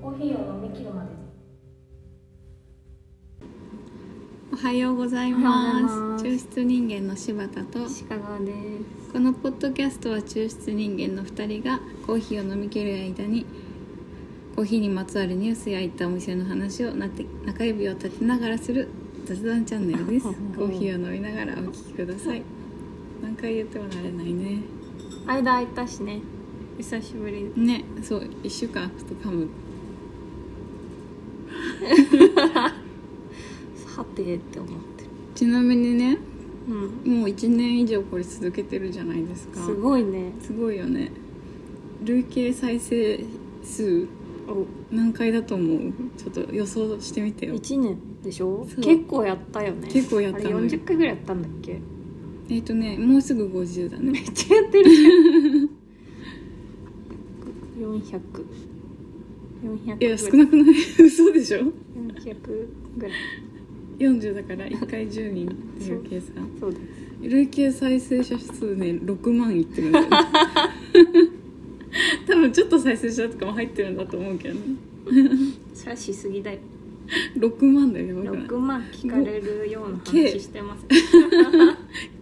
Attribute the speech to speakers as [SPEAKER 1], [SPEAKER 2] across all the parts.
[SPEAKER 1] コーヒーを飲み切るまで
[SPEAKER 2] おはようございます
[SPEAKER 3] おはようござい
[SPEAKER 2] 抽出人間の柴田と
[SPEAKER 3] 鹿川です
[SPEAKER 2] このポッドキャストは抽出人間の2人がコーヒーを飲み切る間にコーヒーにまつわるニュースや行ったお店の話をなって中指を立てながらする雑談チャンネル ですコーヒーを飲みながらお聞きください 何回言っても慣れないね
[SPEAKER 3] 間空いたしね久しぶり
[SPEAKER 2] ねそう1週間空くと噛む
[SPEAKER 3] はてって思ってる
[SPEAKER 2] ちなみにね
[SPEAKER 3] うん
[SPEAKER 2] もう1年以上これ続けてるじゃないですか
[SPEAKER 3] すごいね
[SPEAKER 2] すごいよね累計再生数
[SPEAKER 3] お
[SPEAKER 2] 何回だと思うちょっと予想してみてよ
[SPEAKER 3] 1年でしょ
[SPEAKER 2] そう
[SPEAKER 3] 結構やったよね
[SPEAKER 2] 結構やった
[SPEAKER 3] あれ
[SPEAKER 2] のよ
[SPEAKER 3] 40回ぐらいやったんだっけ
[SPEAKER 2] えっ、とねもうすぐ50だね
[SPEAKER 3] めっちゃやってるじゃん400400 400
[SPEAKER 2] いや少
[SPEAKER 3] い
[SPEAKER 2] なくない嘘でしょ
[SPEAKER 3] 400ぐらい
[SPEAKER 2] 40だから1回10人っていう計 算
[SPEAKER 3] そうです
[SPEAKER 2] 累計再生者数ね6万いってるんだ よね多分ちょっと再生者とかも入ってるんだと思うけどね
[SPEAKER 3] それはしすぎだよ
[SPEAKER 2] 6万だよやばくない
[SPEAKER 3] 6万聞かれるような
[SPEAKER 2] 計
[SPEAKER 3] 話してます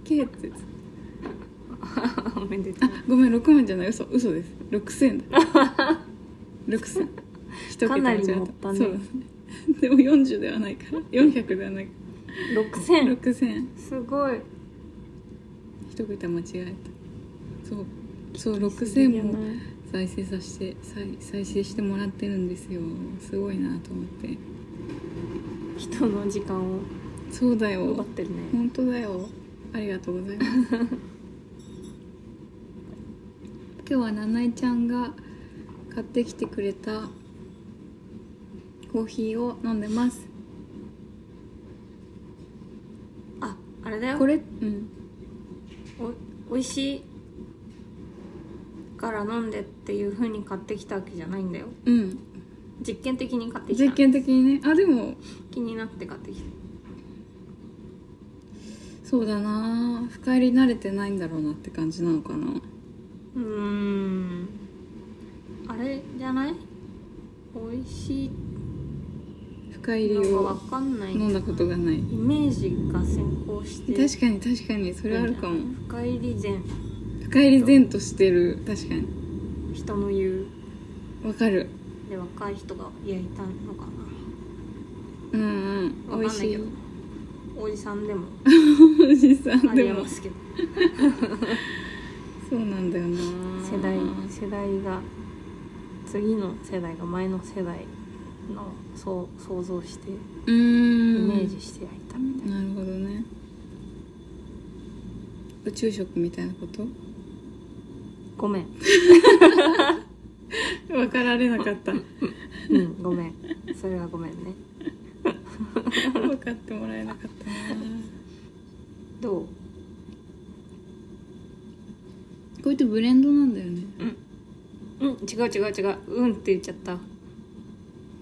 [SPEAKER 2] K って
[SPEAKER 3] おめでと
[SPEAKER 2] あ
[SPEAKER 3] う
[SPEAKER 2] ごめん6万じゃない嘘嘘です6000だ 6000一桁
[SPEAKER 3] かなり
[SPEAKER 2] 間違
[SPEAKER 3] 持ったね
[SPEAKER 2] そうですねでも40ではないから400ではないか
[SPEAKER 3] 6000
[SPEAKER 2] 6000
[SPEAKER 3] すごい
[SPEAKER 2] 一桁間違えたそうそう6000
[SPEAKER 3] 6000
[SPEAKER 2] も再生させて再再生してもらってるんですよすごいなと思って
[SPEAKER 3] 人の時間を
[SPEAKER 2] そうだ
[SPEAKER 3] 奪っ
[SPEAKER 2] よ
[SPEAKER 3] てるね
[SPEAKER 2] 本当だよありがとうございます今日はなないちゃんが買ってきてくれたコーヒーを飲んでます
[SPEAKER 3] ああれだよ
[SPEAKER 2] これうん
[SPEAKER 3] お美味しいから飲んでっていう風に買ってきたわけじゃないんだよ
[SPEAKER 2] うん
[SPEAKER 3] 実験的に買ってきた
[SPEAKER 2] 実験的にねあでも
[SPEAKER 3] 気になって買ってきた
[SPEAKER 2] そうだな深入り慣れてないんだろうなって感じなのかな
[SPEAKER 3] うーんあれじゃない美味し
[SPEAKER 2] 深
[SPEAKER 3] い
[SPEAKER 2] 入り
[SPEAKER 3] のか
[SPEAKER 2] を
[SPEAKER 3] 分かんない
[SPEAKER 2] 飲んだことがない
[SPEAKER 3] イメージが先行して
[SPEAKER 2] 確かに確かにそれあるかも
[SPEAKER 3] 深入り前
[SPEAKER 2] 深入り善としてる確かに
[SPEAKER 3] 人の言う
[SPEAKER 2] わかる
[SPEAKER 3] で若い人が焼いたのか
[SPEAKER 2] う
[SPEAKER 3] な
[SPEAKER 2] んうん美味
[SPEAKER 3] わかんない
[SPEAKER 2] し
[SPEAKER 3] け
[SPEAKER 2] い
[SPEAKER 3] どおじさんでも
[SPEAKER 2] おじさん
[SPEAKER 3] あり
[SPEAKER 2] で
[SPEAKER 3] え
[SPEAKER 2] も
[SPEAKER 3] ますけど
[SPEAKER 2] そうなんだよな
[SPEAKER 3] 世代世代が次の世代が前の世代のそう想像してイ
[SPEAKER 2] う
[SPEAKER 3] メ
[SPEAKER 2] ん
[SPEAKER 3] ージして焼いたみたい
[SPEAKER 2] な
[SPEAKER 3] な、
[SPEAKER 2] るほどね宇宙食みたいなこと
[SPEAKER 3] ごめん、
[SPEAKER 2] 分かられなかった
[SPEAKER 3] うん、ごめんそれはごめんね
[SPEAKER 2] 分かってもらえなか ったな
[SPEAKER 3] どう
[SPEAKER 2] これってブレンドなんだよね
[SPEAKER 3] うん違う違う違ううんって言っちゃった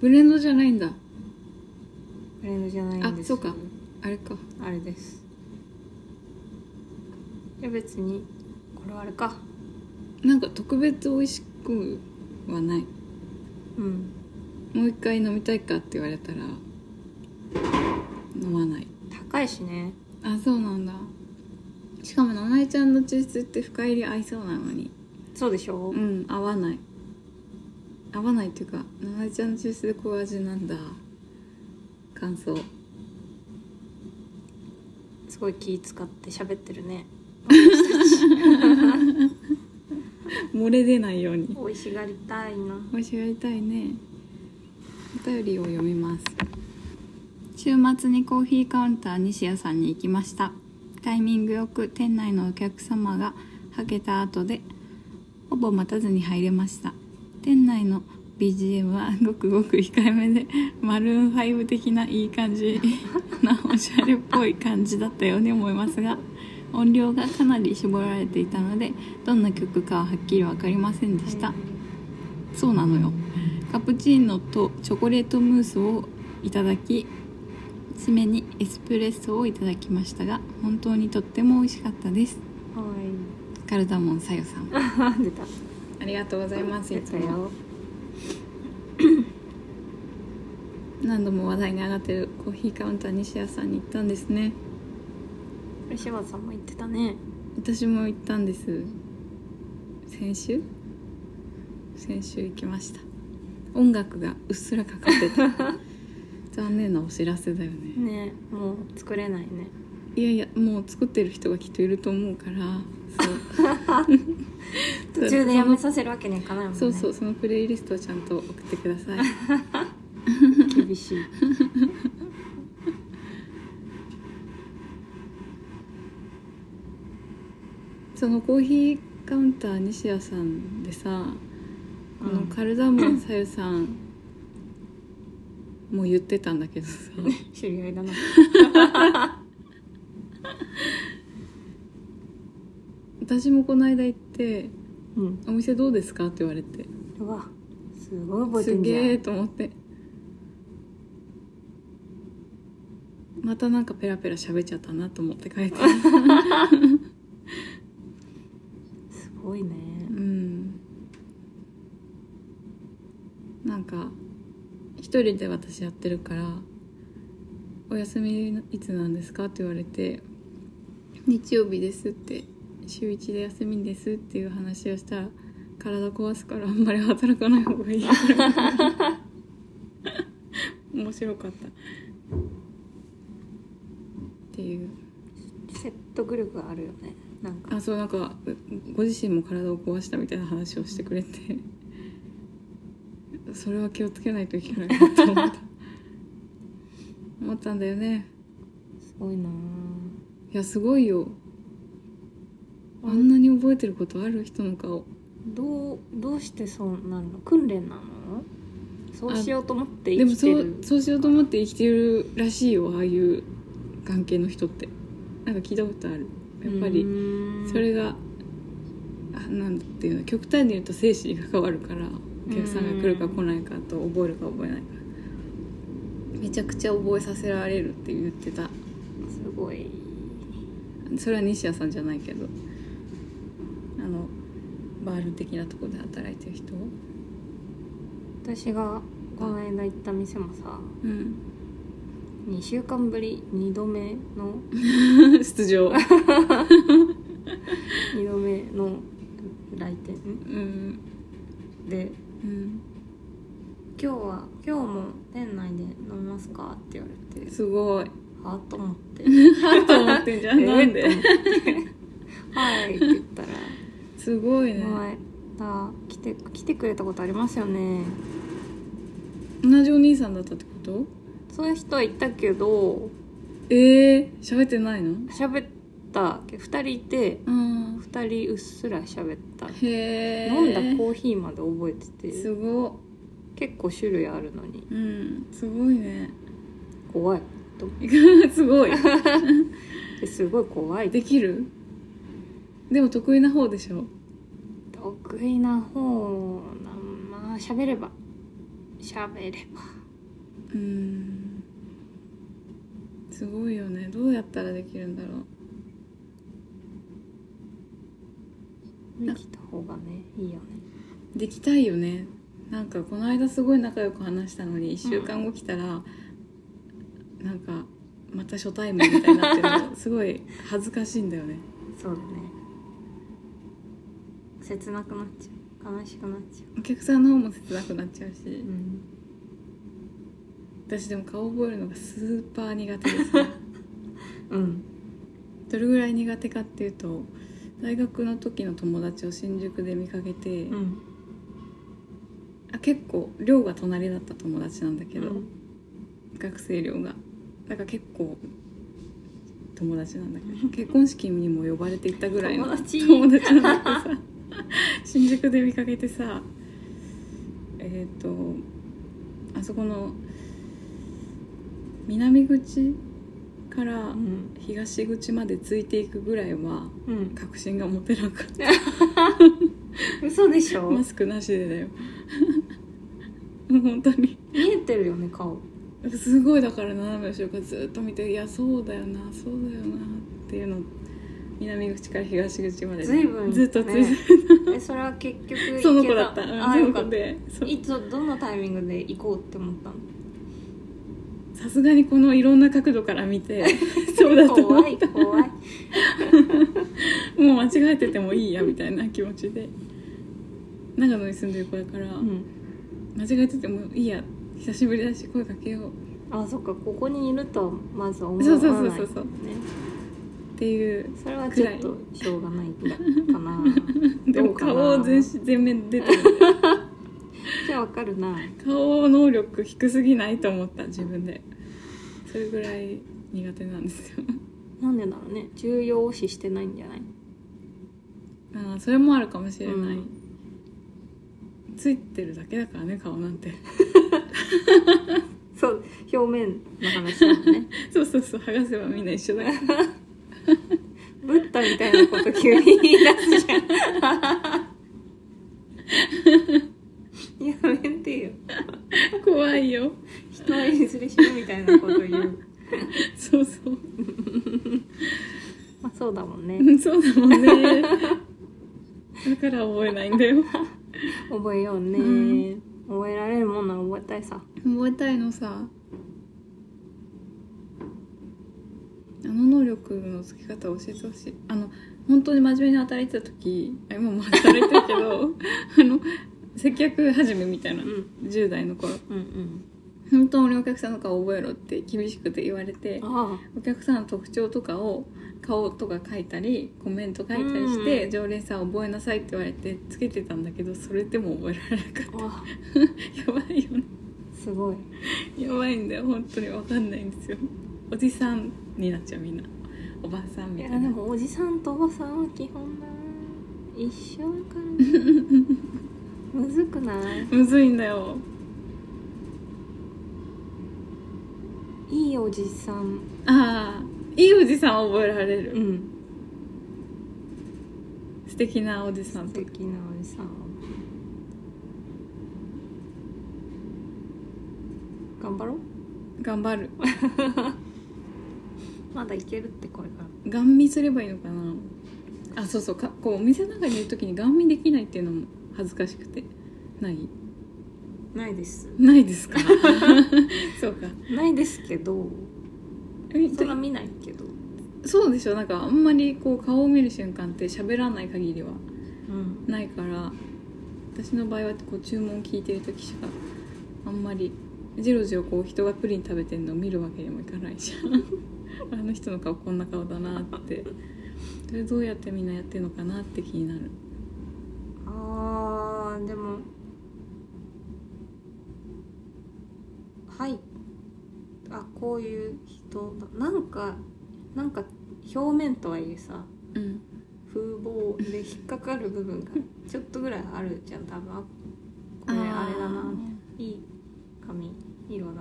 [SPEAKER 2] ブレンドじゃないんだ
[SPEAKER 3] ブレンドじゃないんで
[SPEAKER 2] あ
[SPEAKER 3] す
[SPEAKER 2] そうかあれか
[SPEAKER 3] あれですいや別にこれはあれか
[SPEAKER 2] なんか特別美味しくはない
[SPEAKER 3] うん
[SPEAKER 2] もう一回飲みたいかって言われたら飲まない
[SPEAKER 3] 高いしね
[SPEAKER 2] あそうなんだしかもななえちゃんの抽出って深入り合いそうなのに
[SPEAKER 3] そうでしょ、
[SPEAKER 2] うん合わない合わないっていうかななえちゃんの抽出でこういう味なんだ感想
[SPEAKER 3] すごい気使って喋ってるね
[SPEAKER 2] 漏れ出ないように
[SPEAKER 3] 美味しがりたいな
[SPEAKER 2] おしがりたいねお便りを読みます週末にコーヒーカウンター西谷さんに行きましたタイミングよく店内のお客様がはけた後でほぼ待たずに入れました店内の BGM はごくごく控えめでマルーン5的ないい感じなおしゃれっぽい感じだったように思いますが音量がかなり絞られていたのでどんな曲かははっきり分かりませんでした、そうなのよカプチーノとチョコレートムースをいただき締めにエスプレッソをいただきましたが本当にとっても美味しかったです
[SPEAKER 3] かわいい
[SPEAKER 2] カルダモンさよさん
[SPEAKER 3] 出た
[SPEAKER 2] ありがとうございます
[SPEAKER 3] 出
[SPEAKER 2] いつ
[SPEAKER 3] た
[SPEAKER 2] も
[SPEAKER 3] よ
[SPEAKER 2] 何度も話題に上がってるコーヒーカウンター西谷さんに行ったんですね
[SPEAKER 3] 柴田さんも言ってたね
[SPEAKER 2] 私も行ったんです先週先週行きました音楽がうっすらかか ってた残念なお知らせだよね
[SPEAKER 3] ねもう作れないね
[SPEAKER 2] いやいやもう作ってる人がきっといると思う からそう
[SPEAKER 3] 途中でやめさせるわけにいかないもんね
[SPEAKER 2] そうそうそのプレイリストをちゃんと送ってください
[SPEAKER 3] 厳しい
[SPEAKER 2] そのコーヒーカウンター西谷さんでさ、あ
[SPEAKER 3] う
[SPEAKER 2] の
[SPEAKER 3] ん
[SPEAKER 2] カルダモンさゆさんも言ってたんだけどさ
[SPEAKER 3] 知り合いだな
[SPEAKER 2] 私もこの間行って
[SPEAKER 3] うん
[SPEAKER 2] 「お店どうですか?」って言われて
[SPEAKER 3] うわすごい覚えて
[SPEAKER 2] す
[SPEAKER 3] んじゃん
[SPEAKER 2] げえと思ってまたなんかペラペラ喋っちゃったなと思って帰って
[SPEAKER 3] すごいね
[SPEAKER 2] うんなんか一人で私やってるから「お休みいつなんですか?」って言われて「日曜日です」って「週一で休みです」っていう話をしたら「体壊すからあんまり働かない方がいい」面白かったっていう
[SPEAKER 3] 説得力があるよねなんか
[SPEAKER 2] あそうなんかうご自身も体を壊したみたいな話をしてくれて それは気をつけないといけないなと思った 思ったんだよね
[SPEAKER 3] すごいない
[SPEAKER 2] やすごいよあんなに覚えてることある人の顔
[SPEAKER 3] どうどうしてそうなるの訓練なのそうしようと思って
[SPEAKER 2] でも
[SPEAKER 3] 生きて
[SPEAKER 2] そ
[SPEAKER 3] る
[SPEAKER 2] うそうしようと思って生きてるらしいよああいう関係の人ってなんか聞いたことあるやっぱり
[SPEAKER 3] り
[SPEAKER 2] それがあなんていうの極端に言うと生死に関わるからお客さんが来るか来ないかと覚えるか覚えないかめちゃくちゃ覚えさせられるって言ってた
[SPEAKER 3] すごい
[SPEAKER 2] それは西谷さんじゃないけどあのバール的なとこで働いてる人
[SPEAKER 3] 私がこの間行った店もさ
[SPEAKER 2] うん
[SPEAKER 3] 2週間ぶり2度目の
[SPEAKER 2] 出場
[SPEAKER 3] 2度目の来店
[SPEAKER 2] うん
[SPEAKER 3] で
[SPEAKER 2] うん
[SPEAKER 3] 「今日は今日も店内で飲みますか?」って言われて
[SPEAKER 2] すごい
[SPEAKER 3] はあと 思って
[SPEAKER 2] あと思ってん じゃんなんで
[SPEAKER 3] 「はい」って言ったら
[SPEAKER 2] すごい
[SPEAKER 3] 「
[SPEAKER 2] ね
[SPEAKER 3] 前あ来て来てくれたことありますよね」
[SPEAKER 2] 同じお兄さんだったってこと
[SPEAKER 3] そういう人はいたけど
[SPEAKER 2] ええー、喋ってないの
[SPEAKER 3] 喋った2人いて
[SPEAKER 2] うん
[SPEAKER 3] 2人うっすら喋った
[SPEAKER 2] へえ
[SPEAKER 3] 飲んだコーヒーまで覚えて
[SPEAKER 2] す
[SPEAKER 3] て
[SPEAKER 2] ごっ
[SPEAKER 3] 結構種類あるのに
[SPEAKER 2] うんすごいね
[SPEAKER 3] 怖い
[SPEAKER 2] すごい
[SPEAKER 3] ですごい怖い
[SPEAKER 2] できるでも得意な方でしょ
[SPEAKER 3] 得意な方なまあ喋れば喋れば
[SPEAKER 2] うんすごいよねどうやったらできるんだろう
[SPEAKER 3] できた方がねいいよね
[SPEAKER 2] できたいよねなんかこの間すごい仲良く話したのに1週間後来たら、なんかまた初対面みたいになってるの すごい恥ずかしいんだよね
[SPEAKER 3] そうだね切なくなっちゃう悲しくなっちゃ
[SPEAKER 2] お客さんの方も切なくなっちゃうし
[SPEAKER 3] ううん
[SPEAKER 2] 私でも顔覚えるのがスーパー苦手ですね
[SPEAKER 3] うん
[SPEAKER 2] どれぐらい苦手かっていうと大学の時の友達を新宿で見かけて、
[SPEAKER 3] うん
[SPEAKER 2] あ結構寮が隣だった友達なんだけ
[SPEAKER 3] け
[SPEAKER 2] ど、
[SPEAKER 3] ど
[SPEAKER 2] 学生寮がだから結構友達なんだけ ど結婚式にも呼ばれていったぐらいの
[SPEAKER 3] 友達
[SPEAKER 2] 友達なんだけどさ新宿で見かけてさえっ、とあそこの南口から
[SPEAKER 3] うん
[SPEAKER 2] 東口までついていくぐらいは
[SPEAKER 3] うん
[SPEAKER 2] 確信が持てなかった
[SPEAKER 3] 嘘でしょ
[SPEAKER 2] マスクなしでだよ本当に
[SPEAKER 3] 見えてるよね顔
[SPEAKER 2] すごいだから斜め後ろからずっと見ていやそうだよなそうだよなっていうの南口から東口まで
[SPEAKER 3] 随分
[SPEAKER 2] ずっとついて
[SPEAKER 3] ねえそれは結局行 け
[SPEAKER 2] その子だった、うん、
[SPEAKER 3] ああ
[SPEAKER 2] そ
[SPEAKER 3] よ
[SPEAKER 2] の
[SPEAKER 3] かっ
[SPEAKER 2] 子でそ
[SPEAKER 3] た
[SPEAKER 2] う
[SPEAKER 3] いつどのタイミングで行こうって思ったの
[SPEAKER 2] さすがにこのいろんな角度から見 てそうだと思う
[SPEAKER 3] 怖い怖い
[SPEAKER 2] もう間違えててもいいやみたいな気持ちで長野に住んでる子だから、
[SPEAKER 3] うん
[SPEAKER 2] 間違えててもいいや久しぶりだし声かけよう
[SPEAKER 3] あそっかここにいるとまず思わな
[SPEAKER 2] そ
[SPEAKER 3] いう
[SPEAKER 2] そうそうそうそう
[SPEAKER 3] ね
[SPEAKER 2] っていう
[SPEAKER 3] それはちょっとしょうがないんだかな
[SPEAKER 2] で
[SPEAKER 3] ど
[SPEAKER 2] も
[SPEAKER 3] うかな
[SPEAKER 2] 顔を全身全面出てる
[SPEAKER 3] じゃあわかるな
[SPEAKER 2] 顔能力低すぎないと思った自分でそれぐらい苦手なんですよ
[SPEAKER 3] なんでだろうね重要視してないんじゃない
[SPEAKER 2] ああそれもあるかもしれない、
[SPEAKER 3] うん
[SPEAKER 2] ついてるだけだからね顔なんて
[SPEAKER 3] そう表面の話だもんね
[SPEAKER 2] そうそうそう剥がせばみんな一緒だから
[SPEAKER 3] ブッダみたいなこと急に言い出 すじゃんやめてよ
[SPEAKER 2] 怖いよ
[SPEAKER 3] 人はいずれ死ぬみたいなこと言 う
[SPEAKER 2] そうそう
[SPEAKER 3] まあそうだもん
[SPEAKER 2] う
[SPEAKER 3] ね
[SPEAKER 2] んそうだもん ねだから覚えないんだよ
[SPEAKER 3] 覚えようね、
[SPEAKER 2] うん
[SPEAKER 3] 覚えられるもんなら覚えたいさ
[SPEAKER 2] 覚えたいのさあの能力のつけ方を教えてほしいあの本当に真面目に働いてた時あ今も働いてるけどあの接客始めみたいな、
[SPEAKER 3] うん
[SPEAKER 2] 10代の頃
[SPEAKER 3] うん
[SPEAKER 2] 本当にお客さんの顔覚えろって厳しくて言われて
[SPEAKER 3] あ
[SPEAKER 2] お客さんの特徴とかを顔とか書いたりコメント書いたりして、常連さん覚えなさいって言われてつけてたんだけどそれでも覚えられなかっ
[SPEAKER 3] あわあ
[SPEAKER 2] たやばいよね
[SPEAKER 3] すごい
[SPEAKER 2] やばいんだよ本当にわかんないんですよおじさんになっちゃうみんなおばさん
[SPEAKER 3] い
[SPEAKER 2] み
[SPEAKER 3] や
[SPEAKER 2] たい
[SPEAKER 3] で
[SPEAKER 2] な
[SPEAKER 3] もおじさんとおばさんは基本な一緒だからねむずくない
[SPEAKER 2] むずいんだよ
[SPEAKER 3] いいおじさん
[SPEAKER 2] ああいいおじさんは覚えられる、
[SPEAKER 3] うん
[SPEAKER 2] 素敵なおじさん
[SPEAKER 3] 素
[SPEAKER 2] と
[SPEAKER 3] 敵なおじさん頑張ろう
[SPEAKER 2] 頑張る
[SPEAKER 3] まだいけるってこれから
[SPEAKER 2] ガン見すればいいのかなあそうそうかこうお店の中にいる時にガン見できないっていうのも恥ずかしくてない
[SPEAKER 3] ないです
[SPEAKER 2] ないです かそうか
[SPEAKER 3] ないですけど
[SPEAKER 2] え
[SPEAKER 3] そんな見ないけど
[SPEAKER 2] そうでしょなんかあんまりこう顔を見る瞬間って喋らない限りは
[SPEAKER 3] うん
[SPEAKER 2] ないから私の場合はこう注文聞いてる時しかあんまりジロジロこう人がプリン食べてるのを見るわけにもいかないじゃん あの人の顔こんな顔だなってそれどうやってみんなやってるのかなって気になる
[SPEAKER 3] あーでもはいあこういう人だなんかなんか表面とはいえさ
[SPEAKER 2] うん
[SPEAKER 3] 風貌で引っかかる部分 がちょっとぐらいあるじゃん多分あこれあれだないい髪色だ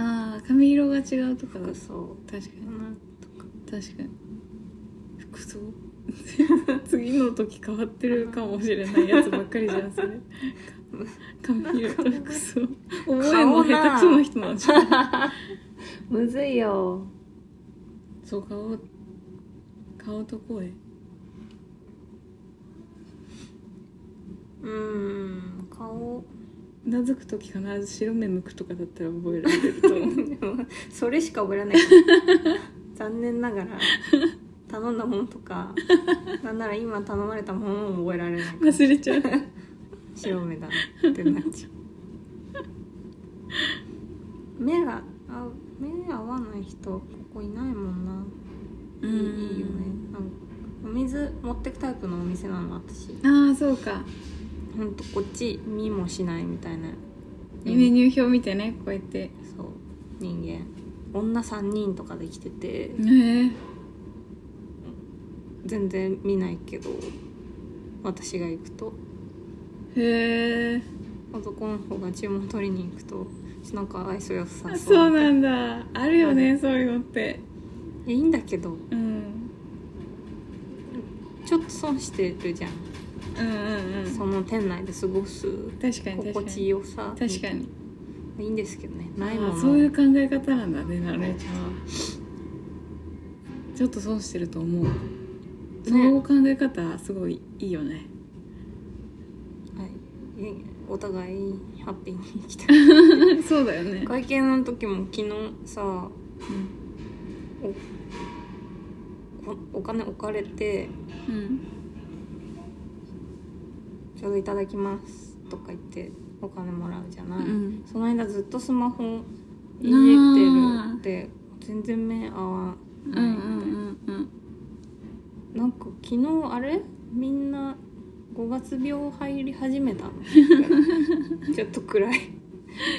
[SPEAKER 3] な
[SPEAKER 2] あー髪色が違うとか
[SPEAKER 3] 服装
[SPEAKER 2] 確か
[SPEAKER 3] だ
[SPEAKER 2] に
[SPEAKER 3] な
[SPEAKER 2] 確かに服装 次の時変わってるかもしれないやつばっかりじゃんそれ髪色と服装覚えんの下手くそな人なんじゃん
[SPEAKER 3] むずいよ
[SPEAKER 2] そう顔顔と声
[SPEAKER 3] うーん顔
[SPEAKER 2] うなずく時必ず白目向くとかだったら覚えられると思う
[SPEAKER 3] でもそれしか覚えられない 残念ながら頼んだものとかなんなら今頼まれたものも覚えられないから
[SPEAKER 2] 忘れちゃう
[SPEAKER 3] 白目だなってなっちゃう目があ目合わない人ここいないもんな
[SPEAKER 2] う
[SPEAKER 3] いい
[SPEAKER 2] ん
[SPEAKER 3] いいよねなんかお水持ってくタイプのお店なの私
[SPEAKER 2] ああそうか
[SPEAKER 3] ほんとこっち見もしないみたいな
[SPEAKER 2] メニュー表見てねこうやってへ
[SPEAKER 3] そう人間女3人とかで来てて
[SPEAKER 2] えー、
[SPEAKER 3] 全然見ないけど私が行くと
[SPEAKER 2] へえ
[SPEAKER 3] 男の方が注文取りに行くとなんか愛想よさそう
[SPEAKER 2] そうなんだあるよねそういうのって
[SPEAKER 3] いやいいんだけど
[SPEAKER 2] うん
[SPEAKER 3] ちょっと損してるじゃん、
[SPEAKER 2] うんうんうん
[SPEAKER 3] その店内で過ごす
[SPEAKER 2] 確かに確か
[SPEAKER 3] 心
[SPEAKER 2] に
[SPEAKER 3] 地よさ
[SPEAKER 2] 確かに
[SPEAKER 3] いいんですけどねないも
[SPEAKER 2] あ
[SPEAKER 3] の
[SPEAKER 2] そういう考え方なんだねなるちゃんはちょっと損してると思うその考え方すごいいいよね
[SPEAKER 3] はいえお互いハッピーに生 きたい
[SPEAKER 2] そうだよね
[SPEAKER 3] 会見の時も昨日さこお金置かれて
[SPEAKER 2] うん
[SPEAKER 3] 「ちょうどいただきます」とか言ってお金もらうじゃない、
[SPEAKER 2] うん
[SPEAKER 3] その間ずっとスマホい
[SPEAKER 2] あー
[SPEAKER 3] じってるって全然目合わ
[SPEAKER 2] うんう
[SPEAKER 3] ない、
[SPEAKER 2] んうん
[SPEAKER 3] なんか昨日あれみんな5月病入り始めたのちょっと暗 い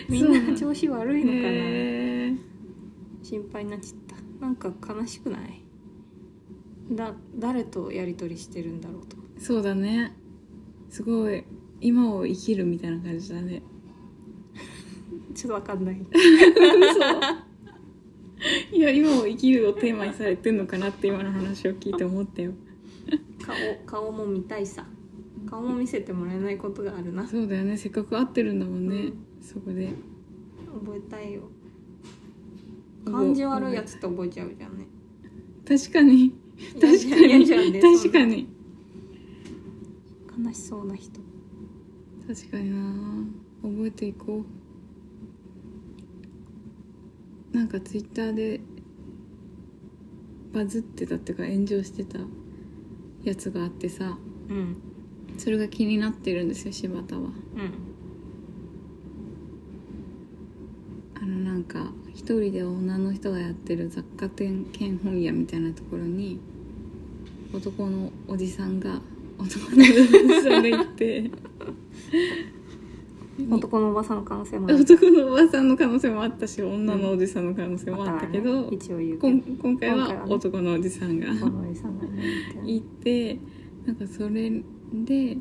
[SPEAKER 3] みんな調子悪
[SPEAKER 2] う
[SPEAKER 3] い
[SPEAKER 2] ん
[SPEAKER 3] のかな、
[SPEAKER 2] へえ
[SPEAKER 3] 心配になっちゃったなんか悲しくないだ誰とやり取りしてるんだろうと思って
[SPEAKER 2] そうだねすごい今を生きるみたいな感じだね
[SPEAKER 3] ちょっとわかんない
[SPEAKER 2] 嘘 いや今を生きるをテーマにされてんのかなって今の話を聞いて思ったよ
[SPEAKER 3] 顔顔も見たいさ顔も見せてもらえないことがあるな覚
[SPEAKER 2] そうだよねせっかく会ってるんだもんね、そこで
[SPEAKER 3] えたいよ感じ悪いやつって覚えちゃうじゃんね
[SPEAKER 2] 確かに確か
[SPEAKER 3] 嫌
[SPEAKER 2] に
[SPEAKER 3] じゃんね
[SPEAKER 2] 確かに
[SPEAKER 3] そんな悲しそうな人
[SPEAKER 2] 確かにな覚えていこうなんかツイッターでバズってたっていうか炎上してたやつがあってさ
[SPEAKER 3] うん
[SPEAKER 2] それが気になってるんですよ柴田は
[SPEAKER 3] うん
[SPEAKER 2] あのなんか一人で女の人がやってる雑貨店兼本屋みたいなところに男のおじさんが男のおじさんが行って
[SPEAKER 3] 男のおばさんの可能性もある
[SPEAKER 2] 男のおばさんの可能性もあったし女のおじさんの可能性もあったけ
[SPEAKER 3] ま
[SPEAKER 2] ど、
[SPEAKER 3] ね一応言う
[SPEAKER 2] こ
[SPEAKER 3] け
[SPEAKER 2] ん
[SPEAKER 3] ど
[SPEAKER 2] 今回
[SPEAKER 3] 今回
[SPEAKER 2] は
[SPEAKER 3] はね
[SPEAKER 2] 男のおじさんが
[SPEAKER 3] このおじさんがねみたいな
[SPEAKER 2] 行ってなんかそれで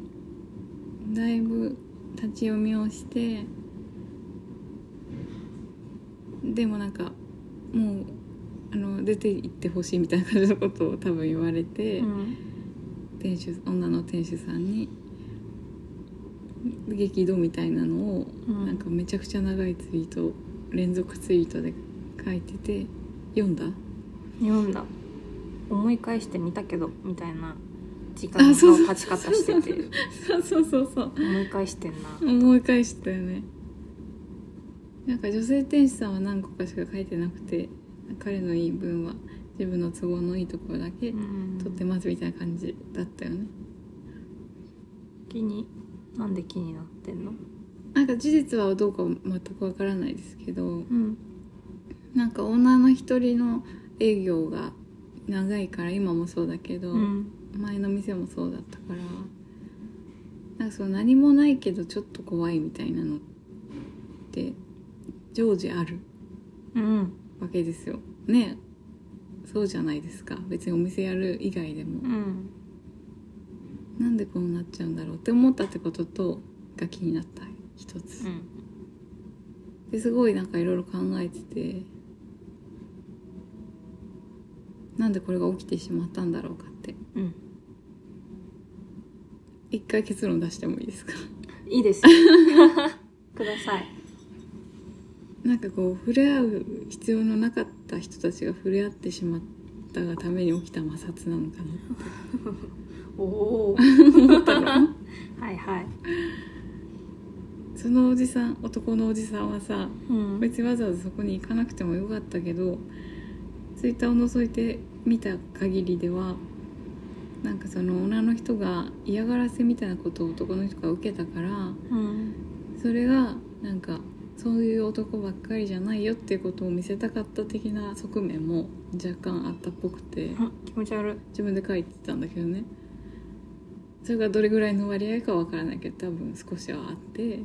[SPEAKER 2] だいぶ立ち読みをしてでもなんかもうあの出て行ってほしいみたいな感じのことを多分言われて、
[SPEAKER 3] うん
[SPEAKER 2] 店主女の店主さんに激怒みたいなのを、
[SPEAKER 3] うん
[SPEAKER 2] なんかめちゃくちゃ長いツイート連続ツイートで書いてて読んだ
[SPEAKER 3] 読んだ思い返してみたけどみたいな時間
[SPEAKER 2] あそうそう
[SPEAKER 3] の勝ち方してて
[SPEAKER 2] そうそうそうそう
[SPEAKER 3] 思い返してんな
[SPEAKER 2] 思い返したよねなんか女性天使さんは何個かしか書いてなくて彼の言い分は自分の都合のいいところだけ
[SPEAKER 3] うん
[SPEAKER 2] 取ってますみたいな感じだったよね
[SPEAKER 3] 気になんで気になってんの
[SPEAKER 2] なんか事実はどうかは全くわからないですけど
[SPEAKER 3] うん
[SPEAKER 2] なんか女の一人の営業が長いから今もそうだけど、
[SPEAKER 3] うん
[SPEAKER 2] 前の店もそうだったからなんかその何もないけどちょっと怖いみたいなのって常時ある
[SPEAKER 3] うん
[SPEAKER 2] わけですよねそうじゃないですか別にお店やる以外でも
[SPEAKER 3] うん
[SPEAKER 2] なんでこうなっちゃうんだろうって思ったってこととが気になった一つ
[SPEAKER 3] うん
[SPEAKER 2] ですごいなんかいろいろ考えててなんでこれが起きてしまったんだろうかって
[SPEAKER 3] うん
[SPEAKER 2] 一回結論出してもいいですか
[SPEAKER 3] いいですよください
[SPEAKER 2] なんかこう触れ合う必要のなかった人たちが触れ合ってしまったがために起きた摩擦なのかな
[SPEAKER 3] おお はいはい
[SPEAKER 2] そのおじさん男のおじさんはさ
[SPEAKER 3] うん
[SPEAKER 2] 別にわざわざそこに行かなくてもよかったけどツイッターを覗いてみた限りではなんかその女の人が嫌がらせみたいなことを男の人が受けたから
[SPEAKER 3] うん
[SPEAKER 2] それがなんかそういう男ばっかりじゃないよっていうことを見せたかった的な側面も若干あったっぽくて
[SPEAKER 3] あ気持ち悪い
[SPEAKER 2] 自分で書いてたんだけどねそれがどれぐらいの割合かわからないけど多分少しはあって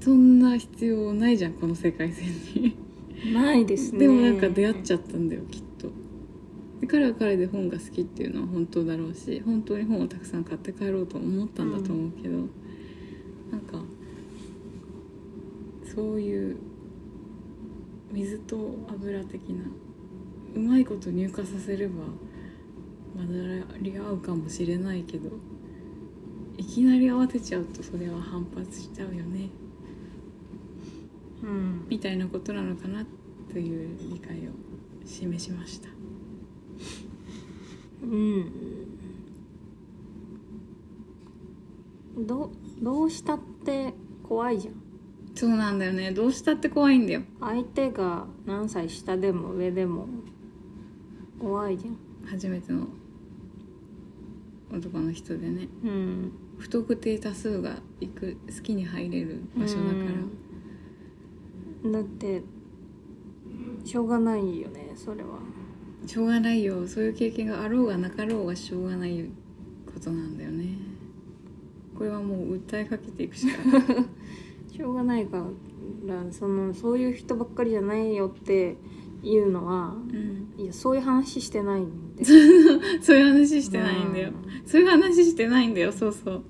[SPEAKER 2] そんな必要ないじゃんこの世界線に
[SPEAKER 3] ないですね
[SPEAKER 2] でもなんか出会っちゃったんだよきっとで彼は彼で本が好きっていうのは本当だろうし本当に本をたくさん買って帰ろうと思ったんだと思うけど、なんかそういう水と油的なうまいこと乳化させれば混ざり合うかもしれないけどいきなり慌てちゃうとそれは反発しちゃうよね
[SPEAKER 3] うん
[SPEAKER 2] みたいなことなのかなという理解を示しました
[SPEAKER 3] うんどどうしたって怖いじゃん
[SPEAKER 2] そうなんだよねどうしたって怖いんだよ
[SPEAKER 3] 相手が何歳下でも上でも怖いじゃん
[SPEAKER 2] 初めての男の人でね
[SPEAKER 3] うん
[SPEAKER 2] 不特定多数が行く好きに入れる場所だから、
[SPEAKER 3] うんだってしょうがないよねそれは
[SPEAKER 2] しょうがないよそういう経験があろうがなかろうがしょうがないことなんだよねこれはもう訴えかけていくしか
[SPEAKER 3] しょうがないからそのそういう人ばっかりじゃないよっていうのは
[SPEAKER 2] うん
[SPEAKER 3] いやそういう話してないんで
[SPEAKER 2] そういう話してないんだよ、そういう話してないんだよそうそう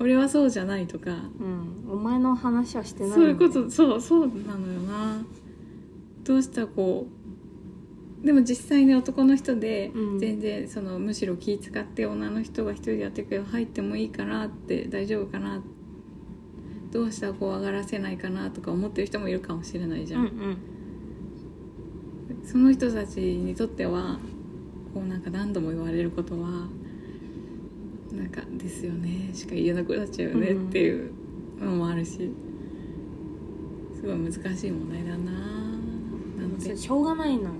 [SPEAKER 2] 俺はそうじゃないとか
[SPEAKER 3] うん、お前の話はしてない
[SPEAKER 2] そういうこ
[SPEAKER 3] う
[SPEAKER 2] とそうそうなのよなどうしたらこうでも実際に男の人で
[SPEAKER 3] うん
[SPEAKER 2] 全然そのむしろ気使って女の人が一人でやってくけど入ってもいいかなって大丈夫かなどうしたらこう上がらせないかなとか思ってる人もいるかもしれないじゃ、
[SPEAKER 3] んうんん
[SPEAKER 2] その人たちにとってはこうなんか何度も言われることはなんか「ですよね」しか言えなくなっちゃうよね
[SPEAKER 3] うん
[SPEAKER 2] っていうのもあるしすごい難しい問題だなぁなん
[SPEAKER 3] そ
[SPEAKER 2] て
[SPEAKER 3] れ、しょうがな いのよ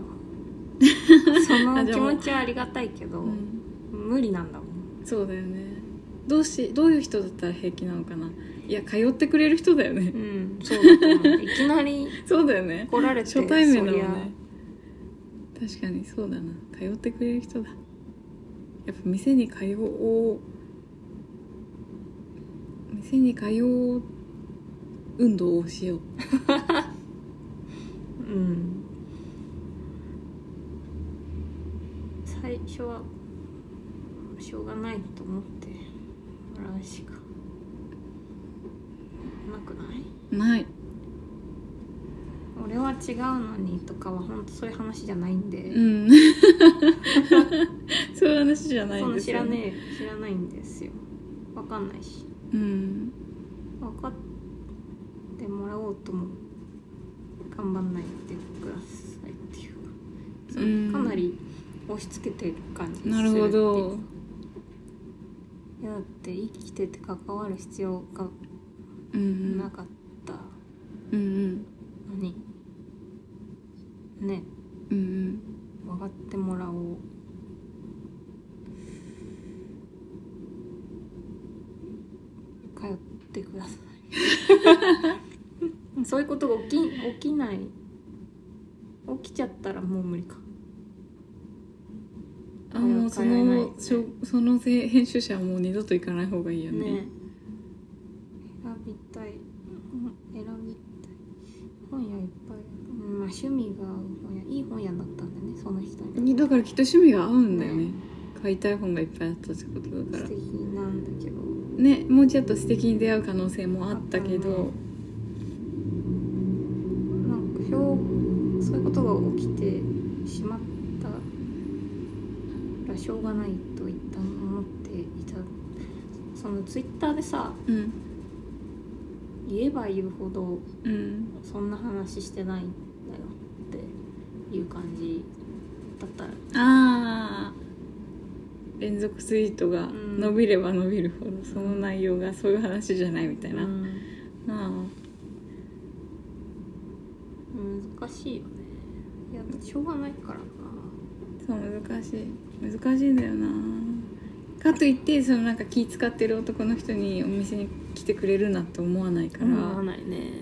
[SPEAKER 3] その気持ちはありがたいけど、
[SPEAKER 2] うん、
[SPEAKER 3] 無理なんだもん
[SPEAKER 2] そうだよねどうしどういう人だったら平気なのかないや通ってくれる人だよね
[SPEAKER 3] うんそうだと思ういきなり
[SPEAKER 2] そうだよね
[SPEAKER 3] 来られて
[SPEAKER 2] 初対面だも
[SPEAKER 3] そ
[SPEAKER 2] ん
[SPEAKER 3] りゃ
[SPEAKER 2] ね確かにそうだな通ってくれる人だやっぱ店に通おう店に通う運動をしよう
[SPEAKER 3] うん最初はしょうがないと思ってもらうしかなくない
[SPEAKER 2] ない
[SPEAKER 3] 俺は違うのにとかは本当そういう話じゃないんで、
[SPEAKER 2] うん そういう話じゃない
[SPEAKER 3] そ
[SPEAKER 2] ん
[SPEAKER 3] の
[SPEAKER 2] です
[SPEAKER 3] 知
[SPEAKER 2] よ
[SPEAKER 3] らねえ知らないんですよわかんないし
[SPEAKER 2] うん
[SPEAKER 3] 分かってもらおうとも頑張んないでくださいっていうそう
[SPEAKER 2] うん
[SPEAKER 3] かなり押し付けてる感じする
[SPEAKER 2] なるほど
[SPEAKER 3] いやだって生きてて関わる必要が
[SPEAKER 2] うんうん
[SPEAKER 3] なかった
[SPEAKER 2] うん
[SPEAKER 3] のに、ね
[SPEAKER 2] うんうん
[SPEAKER 3] 分かってもらおう通ってくださいそういうことが起き起きない起きちゃったらもう無理か
[SPEAKER 2] あもう
[SPEAKER 3] 通
[SPEAKER 2] そ
[SPEAKER 3] えない
[SPEAKER 2] のしょそのせ編集者はもう二度と行かない方がいいよね
[SPEAKER 3] ね選びたいうん選びたい本屋いっぱいうんまあ趣味が合う本屋いい本屋だったんだねその人に
[SPEAKER 2] にだからきっと趣味が合うんだよね買いたい本がいっぱいあったってことだ
[SPEAKER 3] 素
[SPEAKER 2] から
[SPEAKER 3] 敵なんだけど
[SPEAKER 2] ねもうちょっと素敵に出会う可能性もあったけ
[SPEAKER 3] あったね
[SPEAKER 2] ど
[SPEAKER 3] なんか表そういうことが起きてしまったらしょうがないと一旦思っていたそのツイッターでさ
[SPEAKER 2] うん
[SPEAKER 3] 言えば言うほど
[SPEAKER 2] うん
[SPEAKER 3] そんな話してないんだよっていう感じだったら
[SPEAKER 2] あー連続ツイートが
[SPEAKER 3] ん
[SPEAKER 2] 伸びれば伸びるほどその内容がそういう話じゃないみたいな、
[SPEAKER 3] うん
[SPEAKER 2] あ
[SPEAKER 3] 難しいよねいやしょうがないからな
[SPEAKER 2] あそう難しい難しいんだよなかといってそのなんか気使ってる男の人にお店に来てくれるなって思わないから、
[SPEAKER 3] 思わないね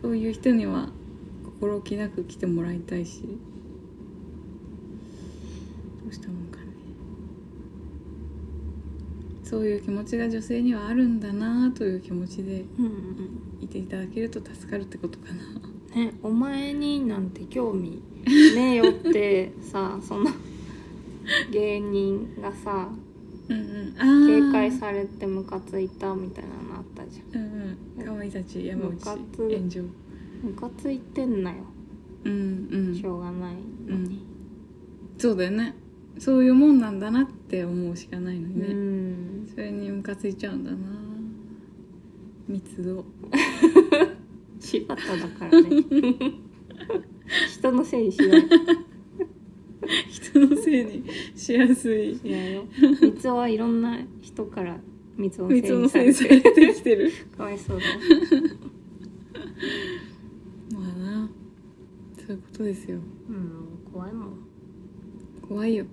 [SPEAKER 2] そういう人には心置きなく来てもらいたいしどうしたもんかねそういう気持ちが女性にはあるんだなという気持ちで
[SPEAKER 3] うんうん
[SPEAKER 2] いていただけると助かるってことかな
[SPEAKER 3] ね、お前になんて興味ねえよってさその芸人がさ
[SPEAKER 2] うんうん
[SPEAKER 3] 警
[SPEAKER 2] ああ
[SPEAKER 3] 戒されてムカついたみたいなのあったじゃ
[SPEAKER 2] うんうんかまいたち山内
[SPEAKER 3] 部活
[SPEAKER 2] 炎上
[SPEAKER 3] んムカついてんなよ
[SPEAKER 2] うんう
[SPEAKER 3] し
[SPEAKER 2] ん
[SPEAKER 3] ょうがないのに、
[SPEAKER 2] そうだよねそういうもんなんだなって思うしかないの
[SPEAKER 3] う
[SPEAKER 2] にね、
[SPEAKER 3] ん
[SPEAKER 2] それにムカついちゃうんだな密を
[SPEAKER 3] 柴田だからね人のせいにしない
[SPEAKER 2] 人のせいにしやすい
[SPEAKER 3] しないよ三つはいろんな人から三つを
[SPEAKER 2] 密のせい
[SPEAKER 3] に
[SPEAKER 2] に
[SPEAKER 3] さ
[SPEAKER 2] さ
[SPEAKER 3] れ
[SPEAKER 2] れ
[SPEAKER 3] て
[SPEAKER 2] てきてる
[SPEAKER 3] かわいそうだ
[SPEAKER 2] まあなそういうことですよ
[SPEAKER 3] うん怖いもん
[SPEAKER 2] 怖いよ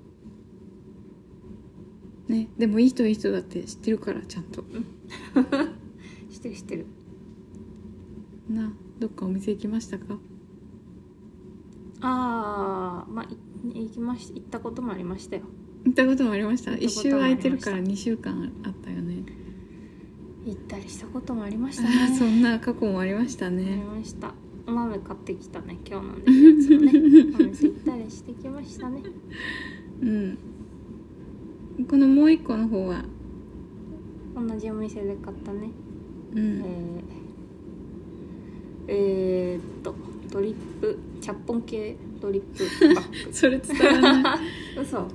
[SPEAKER 2] ねでもいい人いい人だって知ってるからちゃんと
[SPEAKER 3] してるしてる
[SPEAKER 2] などっかお店行きましたか
[SPEAKER 3] ああまあい行きまし行ったこともありましたよ
[SPEAKER 2] 行ったこともありました
[SPEAKER 3] 行った
[SPEAKER 2] 一
[SPEAKER 3] こ
[SPEAKER 2] 周
[SPEAKER 3] ともあ
[SPEAKER 2] 空
[SPEAKER 3] り
[SPEAKER 2] い
[SPEAKER 3] ました
[SPEAKER 2] てるから2週間あったよね
[SPEAKER 3] 行ったりしたこともありましたね
[SPEAKER 2] ああそんな過去もありました
[SPEAKER 3] あり
[SPEAKER 2] ね
[SPEAKER 3] ましたお豆買ってきたね今 日飲んでるやつをねお店行ったりしてきましたね
[SPEAKER 2] うんこのもう一個の方は
[SPEAKER 3] 同じお店で買ったね
[SPEAKER 2] う
[SPEAKER 3] え
[SPEAKER 2] ん
[SPEAKER 3] ー、えー、っとドリップチャッポン系ドリップ バッグ
[SPEAKER 2] それ伝わらない
[SPEAKER 3] 嘘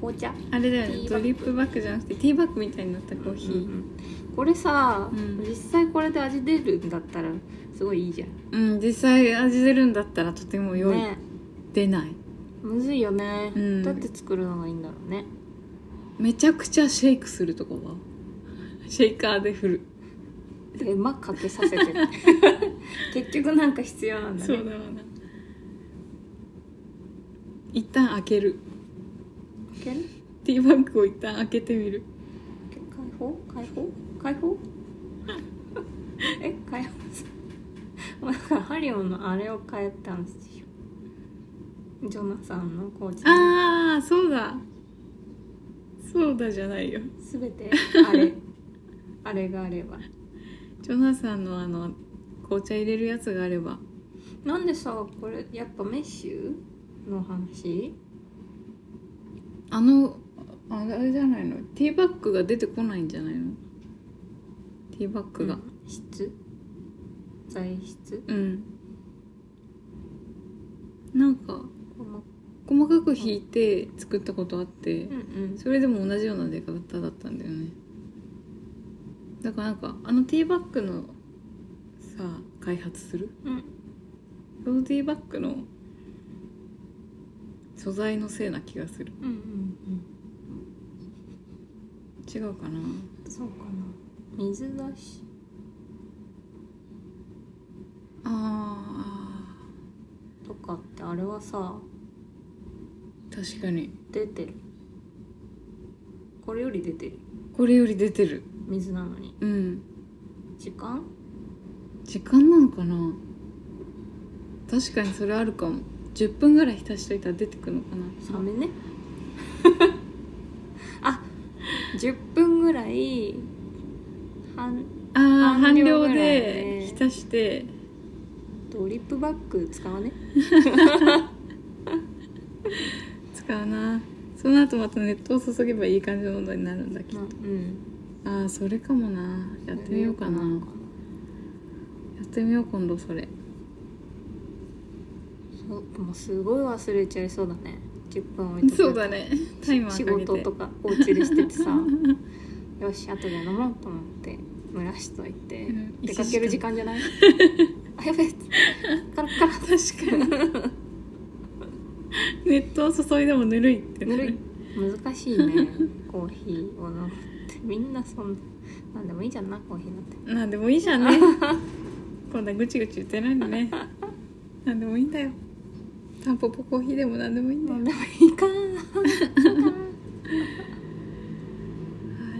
[SPEAKER 3] 紅茶
[SPEAKER 2] あれだよ
[SPEAKER 3] ティ
[SPEAKER 2] ね
[SPEAKER 3] ーバッ
[SPEAKER 2] ド
[SPEAKER 3] グ
[SPEAKER 2] リップバッグじゃなくてティーバッグみたいになったコーヒー
[SPEAKER 3] これさ、
[SPEAKER 2] うん
[SPEAKER 3] 実際これで味出るんだったらすごいいいじゃん
[SPEAKER 2] うん実際味出るんだったらとても良い、
[SPEAKER 3] ね
[SPEAKER 2] 出ない
[SPEAKER 3] むずいよね、
[SPEAKER 2] うん
[SPEAKER 3] どうやって作るのがいいんだろうね
[SPEAKER 2] めちゃくちゃシェイクするとこはシェイカーで振る
[SPEAKER 3] 手間かけさせ て結局なんか必要なんだね
[SPEAKER 2] だわな一旦開ける
[SPEAKER 3] 開ける
[SPEAKER 2] ティーバッグを一旦開けてみる
[SPEAKER 3] 開放開放開放え開放なんかハリオンのあれを変えたんでしょジョナサンのコーチ
[SPEAKER 2] ああそうだそうだじゃないよ
[SPEAKER 3] すべてあれあれがあれば
[SPEAKER 2] ジョナサンのあの紅茶入れるやつがあれば
[SPEAKER 3] なんでさこれやっぱメッシュの話
[SPEAKER 2] あのあれじゃないのティーバッグが出てこないんじゃないのティーバッグが
[SPEAKER 3] うん質材質
[SPEAKER 2] うん、なんか
[SPEAKER 3] 細か
[SPEAKER 2] 細かく引いて作ったことあって、
[SPEAKER 3] うんうん
[SPEAKER 2] それでも同じような出方だったんだよねだからなんかあのティーバッグのさ開発する
[SPEAKER 3] うん
[SPEAKER 2] ローティーバッグの素材のせいな気がする
[SPEAKER 3] うんうん
[SPEAKER 2] 違うかな
[SPEAKER 3] うんそうかな水だし
[SPEAKER 2] あ
[SPEAKER 3] とかってあれはさ
[SPEAKER 2] ー確かに
[SPEAKER 3] 出てるこれより出てる
[SPEAKER 2] これより出てる
[SPEAKER 3] 水なのに
[SPEAKER 2] うん
[SPEAKER 3] 時間
[SPEAKER 2] 時間なのかな確かにそれあるかも10分ぐらい浸しといたら出てくるのかな
[SPEAKER 3] サメねあ10分ぐらい半
[SPEAKER 2] あー
[SPEAKER 3] 半
[SPEAKER 2] 半
[SPEAKER 3] 量ぐ
[SPEAKER 2] 量
[SPEAKER 3] らい
[SPEAKER 2] で浸して
[SPEAKER 3] ドリップバッグ使わね
[SPEAKER 2] 使うなその後また熱湯を注げばいい感じの温度になるんだきっと
[SPEAKER 3] うん
[SPEAKER 2] ああそれかもなやってみようかなやってみよう今度それ
[SPEAKER 3] そうもうすごい忘れちゃいそうだね10分置いとく
[SPEAKER 2] そうだねタイマ
[SPEAKER 3] 仕
[SPEAKER 2] ーかけて
[SPEAKER 3] 事とかお家でしてて さよし後で飲もうと思って蒸らしといて、
[SPEAKER 2] うん
[SPEAKER 3] 出かける時間じゃない あやべえカラッカラ
[SPEAKER 2] 確
[SPEAKER 3] ッ
[SPEAKER 2] か に熱湯を注いでもぬるいってな
[SPEAKER 3] ぬるい難しい ねコーヒーを飲むってみんなそんななんでもいいじゃんなコーヒーなんて
[SPEAKER 2] なんでもいいじゃん ねこんなぐちぐち言ってないのねなんでもいいんだよタンポポコーヒーでもなんでもいいんだ
[SPEAKER 3] 飲
[SPEAKER 2] よ
[SPEAKER 3] んでもいいか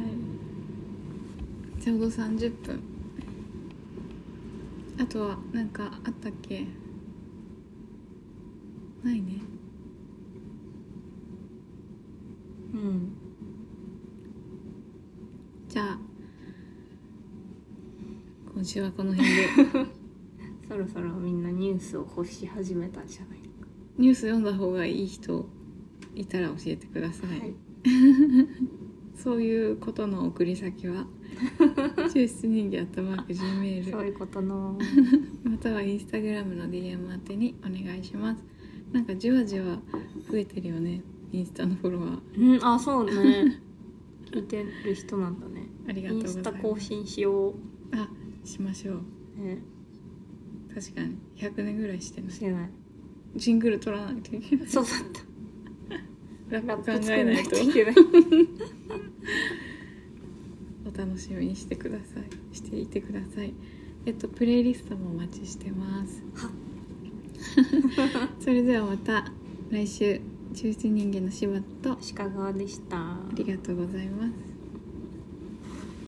[SPEAKER 2] はいちょうど30分あとは何かあったっけないね
[SPEAKER 3] うん
[SPEAKER 2] じゃあ今週はこの辺 で
[SPEAKER 3] そろそろみんなニュースを欲し始めたんじゃない
[SPEAKER 2] ニュース読んだ方がいい人いたら教えてください、
[SPEAKER 3] はい
[SPEAKER 2] そういうことの送り先 は抽出人形 Gmail
[SPEAKER 3] そういうこ との
[SPEAKER 2] またはインスタグラムの DM 宛てにお願いしますなんかじわじわ増えてるよねインスタのフォロワー
[SPEAKER 3] うんあそうね聞いてる人なんだね
[SPEAKER 2] ありが
[SPEAKER 3] イ
[SPEAKER 2] とう
[SPEAKER 3] ン
[SPEAKER 2] ござ
[SPEAKER 3] ス
[SPEAKER 2] い
[SPEAKER 3] タ
[SPEAKER 2] ます
[SPEAKER 3] 更新しよう、
[SPEAKER 2] あしましょう
[SPEAKER 3] ね、
[SPEAKER 2] 確かに100年ぐらいしてない
[SPEAKER 3] してない
[SPEAKER 2] ジングル取らないといけない
[SPEAKER 3] そうだった
[SPEAKER 2] ラ
[SPEAKER 3] ラ
[SPEAKER 2] ッ
[SPEAKER 3] ッ
[SPEAKER 2] プ
[SPEAKER 3] プ
[SPEAKER 2] 考
[SPEAKER 3] 作
[SPEAKER 2] え
[SPEAKER 3] ん
[SPEAKER 2] な
[SPEAKER 3] ないい
[SPEAKER 2] と
[SPEAKER 3] と いけない
[SPEAKER 2] お楽しみにしてくださいしていてくださいえっとプレイリストもお待ちしてます
[SPEAKER 3] は
[SPEAKER 2] それではまた来週中心人間の柴田とあ
[SPEAKER 3] 鹿川でした
[SPEAKER 2] りがとうございます